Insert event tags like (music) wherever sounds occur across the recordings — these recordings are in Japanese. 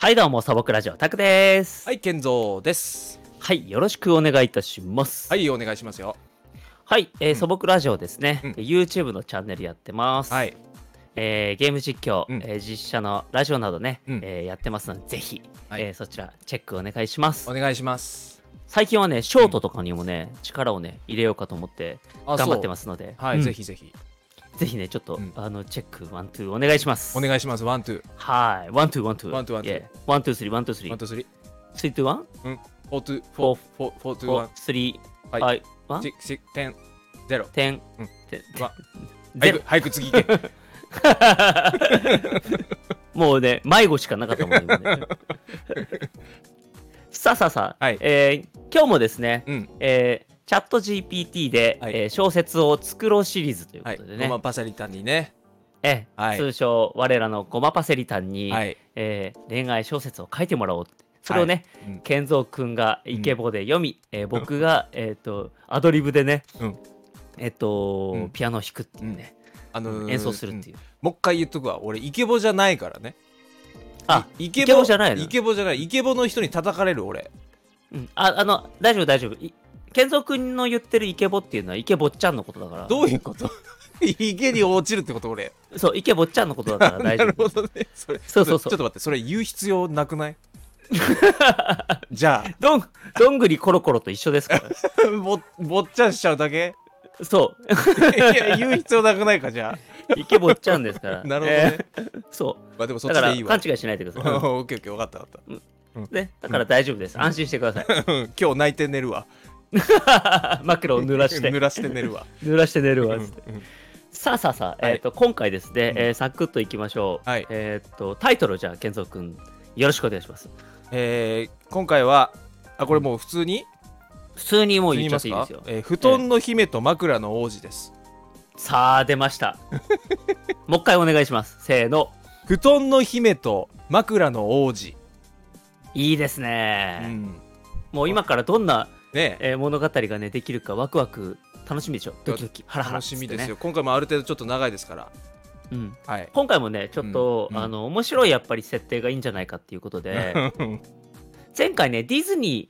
はい、どうも、サボクラジオ、タクです。はい、健三です。はい、よろしくお願いいたします。、はいい、お願いしますよ。はい、えー素朴ラジオですね、うん YouTube のチャンネルやってます。はい、えーゲーム実況、うんえー実写のラジオなどね、うんえーやってますので、ぜひ、はいえーそちらチェックお願いしますお。願いします。最近はね、ショートとかにもね、力をね、入れようかと思って、あ。頑張ってますすので、はい、うんぜ。ひぜひぜひね、ちょっと、うんあの、チェック、ワン、ツー、お願いします。お願いします。ワン、ツー、はい、ワン、ツー、ワン、ツー。ワンツーワンツーワン、ツー、スリー、ワン、ツー、スリワー。ン、ツー、スリー、スリー、ツー、ワン、フォー、ツー、フォー、フォー、フォー、ツー、フワォンー、、スリはー、いはい、ワンシ、ックス、テン、ゼロ。テンうん、テン (laughs) ワンゼ早ロく、早く次行 (laughs) け。もうね、迷子しかなかったもん (laughs) ね。今ねさあさあさあ、はいえー今日もですね、うん、えーチャット GPT で、はいえー小説を作ろうシリーズというこはい、とでロね、マパサリタンにね。えーはい通称我らのゴマパセリタンに、はい、えー恋愛小説を書いてもらおうってそれをね、うん健三くんがイケボで読み、えー僕が、えー、とアドリブでね、うんえっ、と、うんピアノを弾くっていうね、あのー演奏するっていう。んもう一回言っとくわ。俺イケボじゃないからね。あいイイケボじゃないのイケボじゃない。イケボの人に叩かれる俺。うん、ああの大丈夫大丈夫い健三君の言ってるイケボっていうのはイケボっちゃんのことだからどういうこと (laughs) イケに落ちるってこと俺。そうイケボっちゃんのことだから (laughs) な大丈るほ夫どね。それそうそうそうちょっと待って、それ言う必要な (laughs) くないじゃどんどんぐりコロコロと一緒ですから (laughs) あ、ぼぼっちゃんしちゃうだけそいや、言う必要なくないか、じゃうイケボっちゃんですから (laughs) あ。 (laughs) なるほどね。えーそうまあでもそっだちかでらいいわ勘。違いしないでくだ (laughs) オさッケーオッケー、分かった分かっい、ね、だから大丈夫です、安心してくだ (laughs) さた。うん今日泣いて寝るわ。い (laughs) 枕を濡らして (laughs) 濡らして寝るわ。 (laughs) 濡らして寝るわうんつってさあさあさあ、はいえー、と今回ですね、うんえーサクッといきましょう、はいえっ、とタイトルをじゃあ健三君よろしくお願いしますえー今回は、あ、これもう普通に普通にもう普通言にっちゃっていいですよえー布団の姫と枕の王子です。さあ出ました (laughs) もう一回お願いしますせーの布団の姫と枕の王子。いいですうね、んもう今からどんな、ねええー物語がねできるかワクワク楽しみでしょドキドキハラハラ楽っつしってね、みですよ。今回もある程度ちょっと長いですから。うん、はい。今回もねちょっと、うんうんあの面白いやっぱり設定がいいんじゃないかっていうことで (laughs) 前回ねディズニ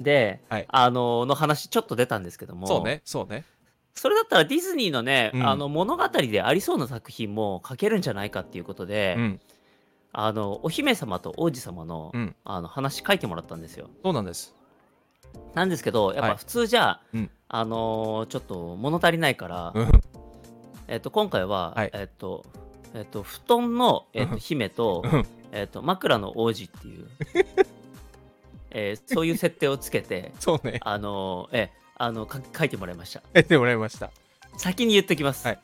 ーで、はいあのの話ちょっと出たんですけどもそうね、そうね。それだったらディズニーのね、うんあの物語でありそうな作品も書けるんじゃないかっていうことで、うん、あのお姫様と王子様の,、うんあの話書いてもらったんですよ。そうなんです。なんですけどやっはぱい普通じゃ、うんあのーちょっと物足りないから、うんえっと今回は、はいえっとえっと布団の、えっうと、ん姫と,、うんえっと枕の王子って (laughs) いう、えーそういう設定をつけて (laughs) そうね。あのーえあのか書いてもらいましたやってもらいました。先に言っときます、はい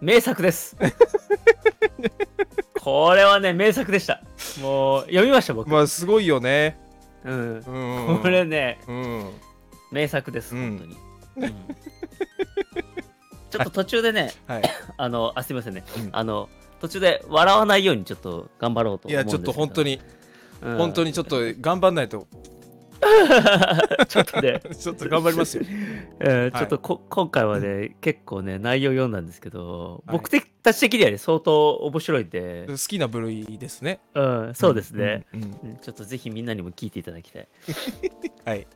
名作です (laughs) これはね名作でしたもう読みました僕、まあ、すごいよね。うん、うん。これねうん。名作です、うん本当に。うんちょっと途中でね、はい。あの、あ、すみませんね、うんあの、途中で笑わないようにちょっと頑張ろうとい思うんでや、ちすょっけとど本当に、うん本当にちょっと頑張んないと、 (laughs) ちょっとね、ちょっと頑張りますよ。えーはいちょっとこ、今回はね、結構ね、内容読んだんですけど、はい僕たち的にはね、相当面白いんで、 (laughs) 好きな部類ですね。うん、そうですね、うん。うんうんちょっとぜひみんなにも聞いていただきたい。はい。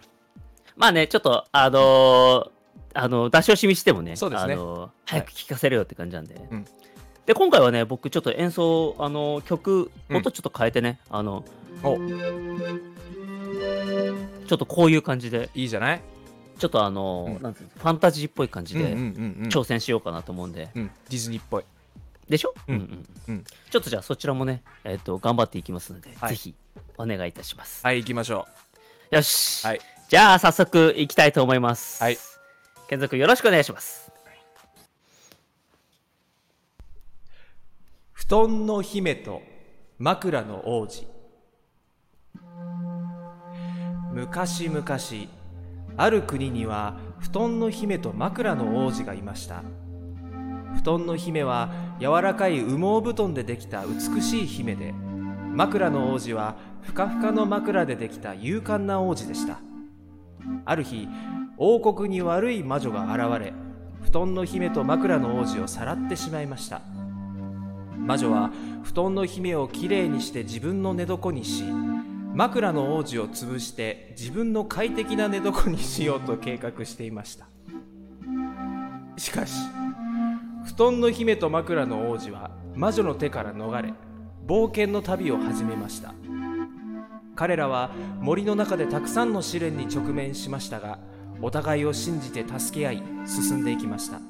まあね、ちょっと、あのーあの出し惜しみしてもね、そうですねあのー早く聴かせるよって感じなんで。うんで、今回はね、僕、ちょっと演奏、あのー曲、うん音ちょっと変えてね、あのおちょっとこういう感じで、いいじゃないちょっとあのーうんなんていうのファンタジーっぽい感じうんうんでうんうん。挑戦しようかなと思うんで、うん。ディズニーっぽい。でしょ、うんうんちょっとじゃあ、そちらもね、えっと頑張っていきますので、はいぜひお願いいたします。はい、行きましょよし、はいじゃあ早速いきたいと思います。はい。健三君よろしくお願いします。う。布団の姫と枕の王子。昔々、ある国には布団の姫と枕の王子がいました。布団の姫は柔らかい羽毛布団でできた美しい姫で枕の王子はふかふかの枕でできた勇敢な王子でしたある日王国に悪い魔女が現れ布団の姫と枕の王子をさらってしまいました魔女は布団の姫をきれいにして自分の寝床にし枕の王子を潰して自分の快適な寝床にしようと計画していましたしかし布団の姫と枕の王子は魔女の手から逃れ冒険の旅を始めました彼らは森の中でたくさんの試練に直面しましたがお互いを信じて助け合い進んでいきました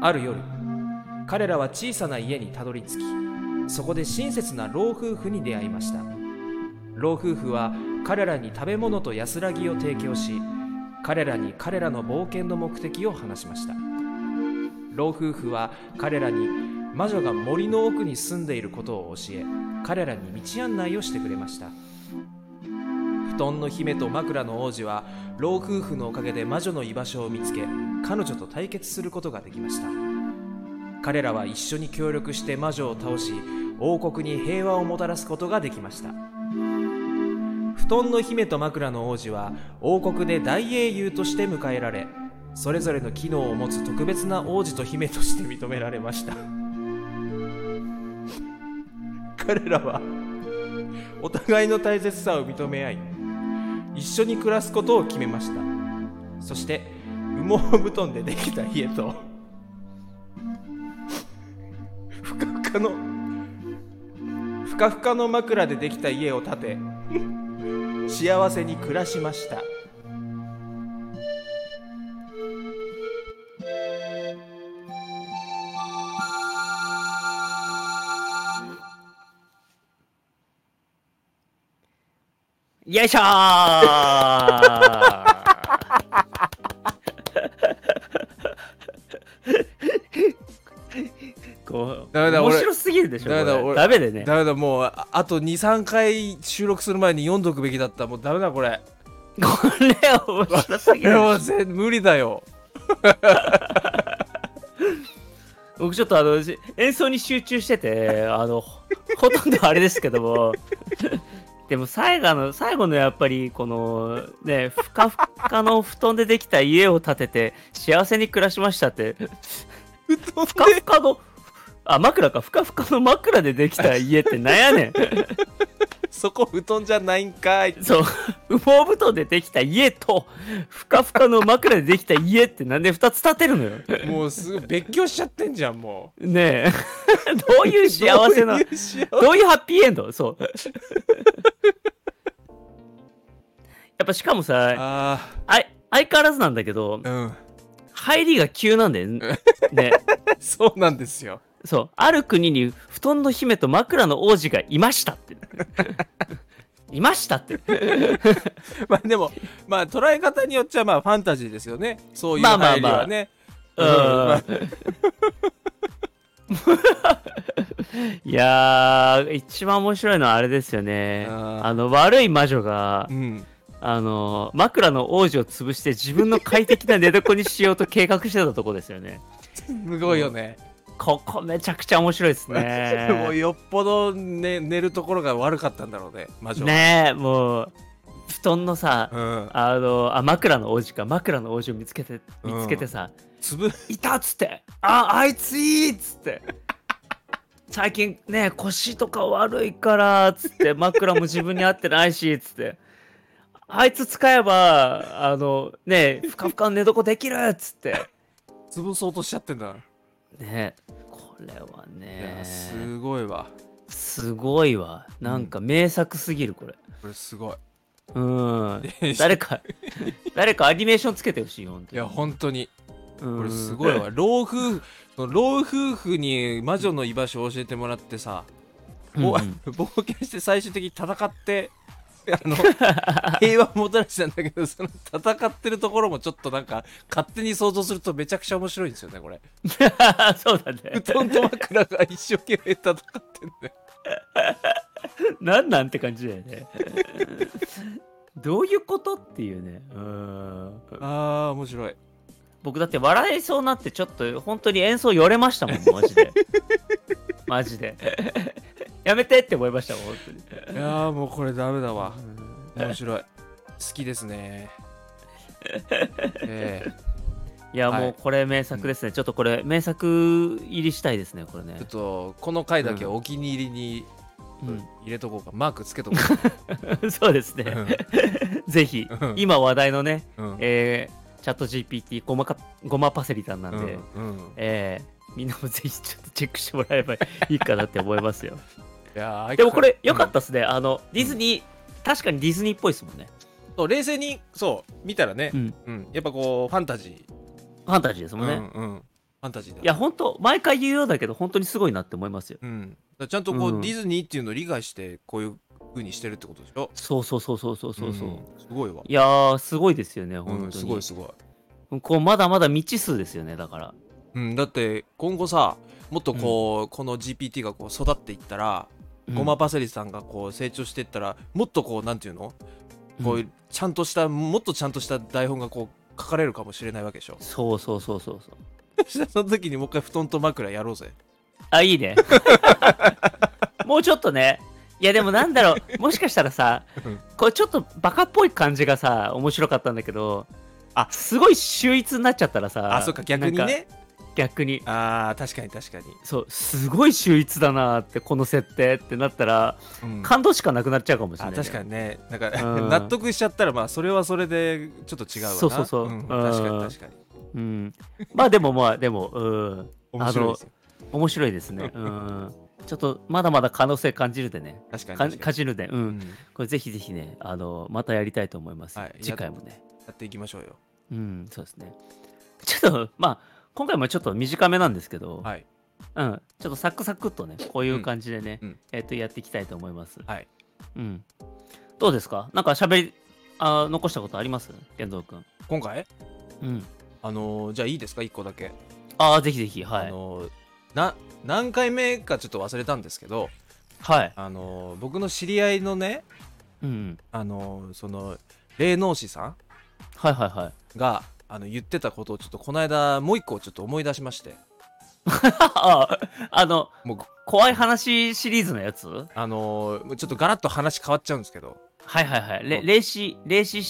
ある夜彼らは小さな家にたどり着きそこで親切な老夫婦に出会いました老夫婦は彼らに食べ物と安らぎを提供し彼らに彼らの冒険の目的を話しました老夫婦は彼らに魔女が森の奥に住んでいることを教え彼らに道案内をしてくれました布団の姫と枕の王子は老夫婦のおかげで魔女の居場所を見つけ彼女と対決することができました彼らは一緒に協力して魔女を倒し王国に平和をもたらすことができました布団の姫と枕の王子は王国で大英雄として迎えられそれぞれの機能を持つ特別な王子と姫として認められました彼らはお互いの大切さを認め合い一緒に暮らすことを決めましたそして羽毛布団でできた家とふかふかのふかふかの枕でできた家を建て幸せに暮らしましたよいしょーこうダメだ面俺白すぎるでしょダメだこれ俺ダメでねダメだもうああと23回収録する前に読んどくべきだったもうダメだこれこれ面白すぎいやるもう全無理だよ僕ちょっとあのじ演奏に集中しててあのほほとんどあれですけどもでも最後の最後のやっぱりこのねふかふかの布団でできた家を建てて幸せに暮らしましたって布団ふかふかのあ枕かふかふかの枕でできた家ってなんや (laughs) ね (laughs) そこ布団じゃないんかいんそう羽毛布団でできた家とふかふかの枕でできた家ってなんで2つ建てるのよもうすぐ別居しちゃってんじゃんも (laughs) ねえどういうう幸せなどういう幸せどういうハッピーエンド (laughs) そう。やっぱしかもさ、ああい相変わらずなんだけど、ーうん入りが急なんだよね。ねそうなんですよそう。ある国に布団の姫と枕の王子がいました (laughs) って。いましたって。まあでもまあ捉え方によっちゃまあファンタジーですよねそういうまあまあ入りはね、うん。いやー、一番面白いのはあれですよね。あーあの、悪い魔女が、うんあの枕の王子を潰して自分の快適な寝床にしようと計画してたとこですよね。すごいよね、ここめちゃくちゃ面白いですね。も (laughs) うよっぽど、ね、寝るところが悪かったんだろうね魔女はねえもう布団のさ、うんあのあ枕の王子か枕の王子を見つけてう見んつけてさつぶ「いた!」っつって「ああいついい!」っつって「最近ね腰とか悪いから」っつって枕も自分に合ってないしっつって。あいつ使えば、あの、ねえふかふかの寝床できるっつって。潰そうとしちゃってんだな、ねこれはねいやすごいわすごいわなんか名作すぎるこれこれすごいうんで誰か誰かアニメーションつけてほしいよ本当 (laughs) いにや本う当にんこれすごいわ老夫婦 (laughs) その老夫婦に魔女の居場所を教えてもらってさ、うんぼ (laughs) 冒険して最終的に戦ってあの (laughs) 平和をもたらしたんだけどその戦ってるところもちょっとなんか勝手に想像するとめちゃくちゃ面白いんですよねこれ (laughs) そうだね布団と枕が一生懸命戦ってんだよなんなんて感じだよ (laughs) ねどういうことっていうねうんあー面白い僕だって笑いそうになってちょっと本当に演奏よれましたもんマジ (laughs) でマジでやめてって思いましたもん本当にいやーもうこれダメだわ面白い好きですねええいや、はいもうこれ名作ですね。ちょっとこれ名作入りしたいですね、これねちょっ。とこの回だけお気に入りにうん入れとこうか、マークつけと (laughs) こそうですうね。かぜひう、ん今話題のね、うんうんえーチャット GPT ごまか、ごまパセリさんなんで、うんうんえーみんなもぜひちょっとチェックしてもらえばいいかなって思いますよ。いやーでもこれ良かったですね。あの、ディズニー、確かにディズニーっぽいですもんね。うんそう冷静にそう見たらねう、ん。うんやっぱこうファンタジファンタジーですー、もんね。うんうんファンタジーだいや、本当毎回言うようだけど、本当にすごいなって思いますよ。うん、だからちゃんとこう、うんディズニーっていうのを理解してこういう風にしてるってことでしょそうそうそうそうそうそう。ううんすごいわいやー、すごいですよね、本当うに。んすごいすごい、こうまだまだ未知数ですよねだからうん、だって今後さもっとこう、この GPT がこう育っていったら、ゴマパセリさんがこう成長していったらもっとこうなんていうのこういうちゃんとしたもっとちゃんとした台本がこう書かれるかもしれないわけでしょ (laughs) そうそうそうそうそうそしたらその時にもう一回布団と枕やろうぜあいいねもうちょっとねいやでもなんだろうもしかしたらさうんこれちょっとバカっぽい感じがさ面白かったんだけどあすごい秀逸になっちゃったらさあそっか逆になんかね逆にあー確かに確かに、そうすごい秀逸だなーってこの設定ってなったらうん感動しかなくなっちゃうかもしれなあいね、確かにねなんか、うん (laughs) 納得しちゃったらまあそれはそれでちょっと違うわなそうそうそうんうん確かに確かにうんまあでもまあでもうん面白いですよ面白いですねうんちょっとまだまだ可能性感じるでね確かにか確かかじるね、うん、に、うん、これぜひぜひね、あの、またやりたいと思います。はいや次回もね。やっていきましょうようん、そうですね。ちょっと、まあ、今回もちょっと短めなんですけど、はいうん、ちょっとサクサクっとね、こういう感じでね、うんうんえっ、と、やっていきたいと思います。はいうん。どうですかなんか喋り、あー残したことあります玄三君。今回うん。あのーじゃあいいですか1個だけ、ああ、ぜひぜひ、はあい。のーな何回目かちょっと忘れたんですけどはい。あのー僕の知り合いのねうんうん。あのーその霊能師さんはいはいはい。 (laughs) があの言ってたことをちょっとこの間もう一個ちょっと思い出しましてあーあの、もう怖い話シリーズのやつはあのーちょっとガラッと話変わっちゃうんですけどいはいはい。れ霊視、霊視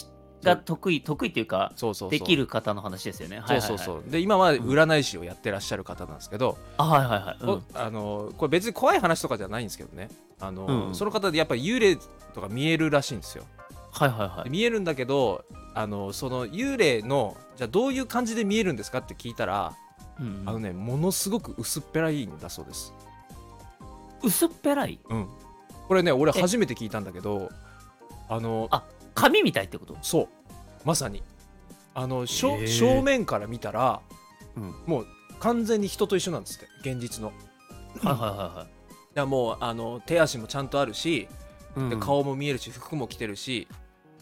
が得意、得意っていうか、そうそうそうできる方の話ですよね。。そうそうそううで今は占い師をやってらっしゃる方なんですけど、あ、はいはいはい。うんこあのこれ別に怖い話とかじゃないんですけどねあの、うんその方でやっぱり幽霊とか見えるらしいんですよはいはいはでい。見えるんだけどあのその幽霊のじゃあどういう感じで見えるんですかって聞いたら、うんうんあのねものすごく薄っぺらいんだそうです、薄っぺらいうん、これね俺え初めて聞いたんだけどあのあ紙みたいってことそうまさにあのしょへー正面から見たら、うんもう完全に人と一緒なんですって現実のはいはいはいはいやもうあの手足もちゃんとあるし、い。うんでうん、顔も見えるし服も着てるし、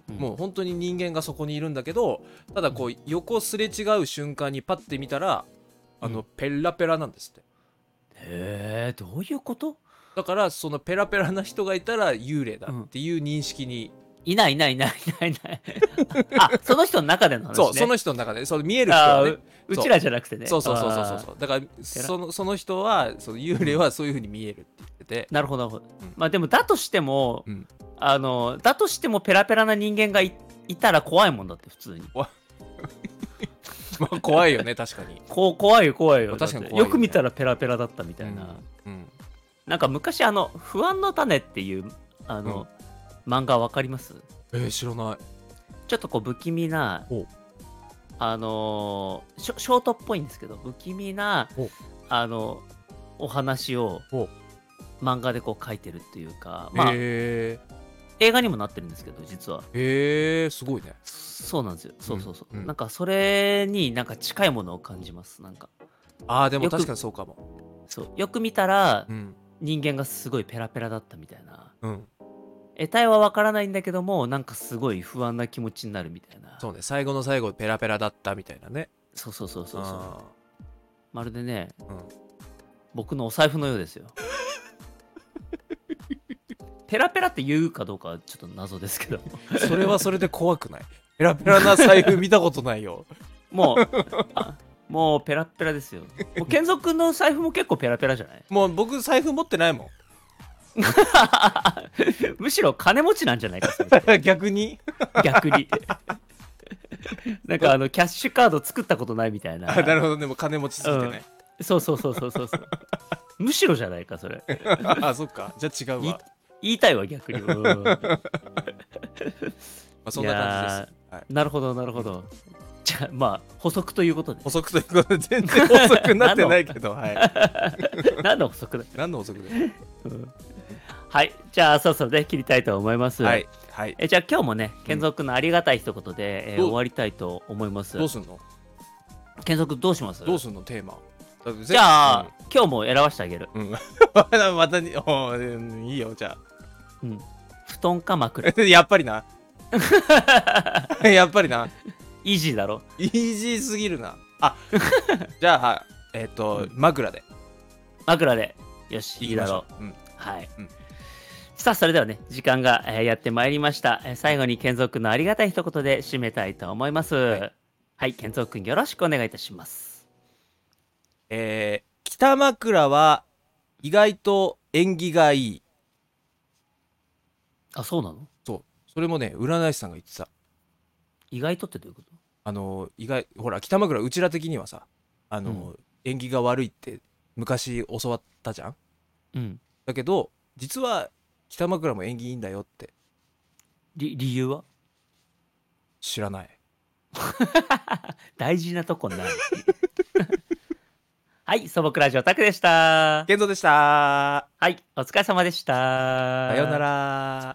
うんもう本当に人間がそこにいるんだけどただこう横すれ違う瞬間にパッて見たらあの、うんペラペラなんですってへえ、どういうことだからそのペラペラな人がいたら幽霊だっていう認識に、いないいないいないいないいない。あ、その人の中での話、ね。そうその人人の中でその見える人あは、ーねう、うちらじゃなくてね。そうそうそうそうそうあーそうだからそのその人はその幽霊はそういうふうに見えるって言ってて、なるほどなるほどうん。まあでも、だとしても、うんあの、だとしてもペラペラな人間がいいたら怖いもんだって、普通に。。(laughs) まあ怖いよね確か (laughs) にこう怖いよ怖いよ。確かにだって怖いよねよく見たらペラペラだったみたいな。うんなんか昔あの「不安の種」っていうあの、漫画わかりますえー、知らない。ちょっとこう不気味なおあのーショショートっぽいんですけど不気味なおあのお話をお漫画でこう書いてるっていうかまあ、え映画にもなってるんですけど実はー、えー、すごいね。そうなんですよそうそうそう、うんうんなんかそれになんか近いものを感じますなんかああでもよく確かにそうかも。そうよく見たらうん人間がすごいペラペラだったみたいなうん。得体は分からないんだけどもなんかすごい不安な気持ちになるみたいなそうね最後の最後ペラペラだったみたいなね。そうそうそうそうそうあまるでねーうん僕のお財布のようですよ (laughs) ペラペラって言うかどうかはちょっと謎ですけどそれはそれで怖くない。ペラペラな財布見たことない (laughs) よ。もうあもうペラペラですよもう健三君の財布も結構ペラペラじゃない (laughs) もう僕財布持ってないも (laughs) むしろ金持ちなんじゃないかそれん。逆に。逆に (laughs) なんかあのキャッシュカード作ったことないみたいなあなるほどねもう金持ちすぎてね、そうそうそうそうそうそうむしろじゃないかそれあそっかじゃあ違ういわ、ま言いたいわ逆に、うんあ、そんな感じです、はい、なるほどなるほどじゃあまあ補足ということで補足ということで全然補足になってないけど、は (laughs) い、何の補足だ、何の補足でうんはいじゃあそろそろね切りたいと思います、はいはいえじゃあ今日もね健三君のありがたい一言で、えーどう終わりたいと思いますどうすんの健三君どうしますどうすんのテーマだってじゃあ、今日も選ばしてあげる、うん、うん (laughs) またまたにおーうんいいよじゃうん、布団か枕あ (laughs) やっぱりなやっぱりなイージーだろイージーすぎるなあ (laughs) じゃあはいえっ、と、枕で枕でよしいいきいまだしょろう、うんう、はい、うんさあそれではね時間が、えーやってまいりました、えー最後に健三君のありがたい一言で締めたいと思いますはい、健三君よろしくお願いいたしますえー、北枕は意外と縁起がいいあそうなのそうそれもね占い師さんが言ってた意外とってどういうことあの意外ほら北枕うちら的にはさあの、縁起が悪いって昔教わったじゃんうんだけど実は北枕も縁起いいんだよって理理由は知らない大事なとこになる (laughs) はい素朴ラジオタクでした健三でしたはいお疲れ様でしたさようなら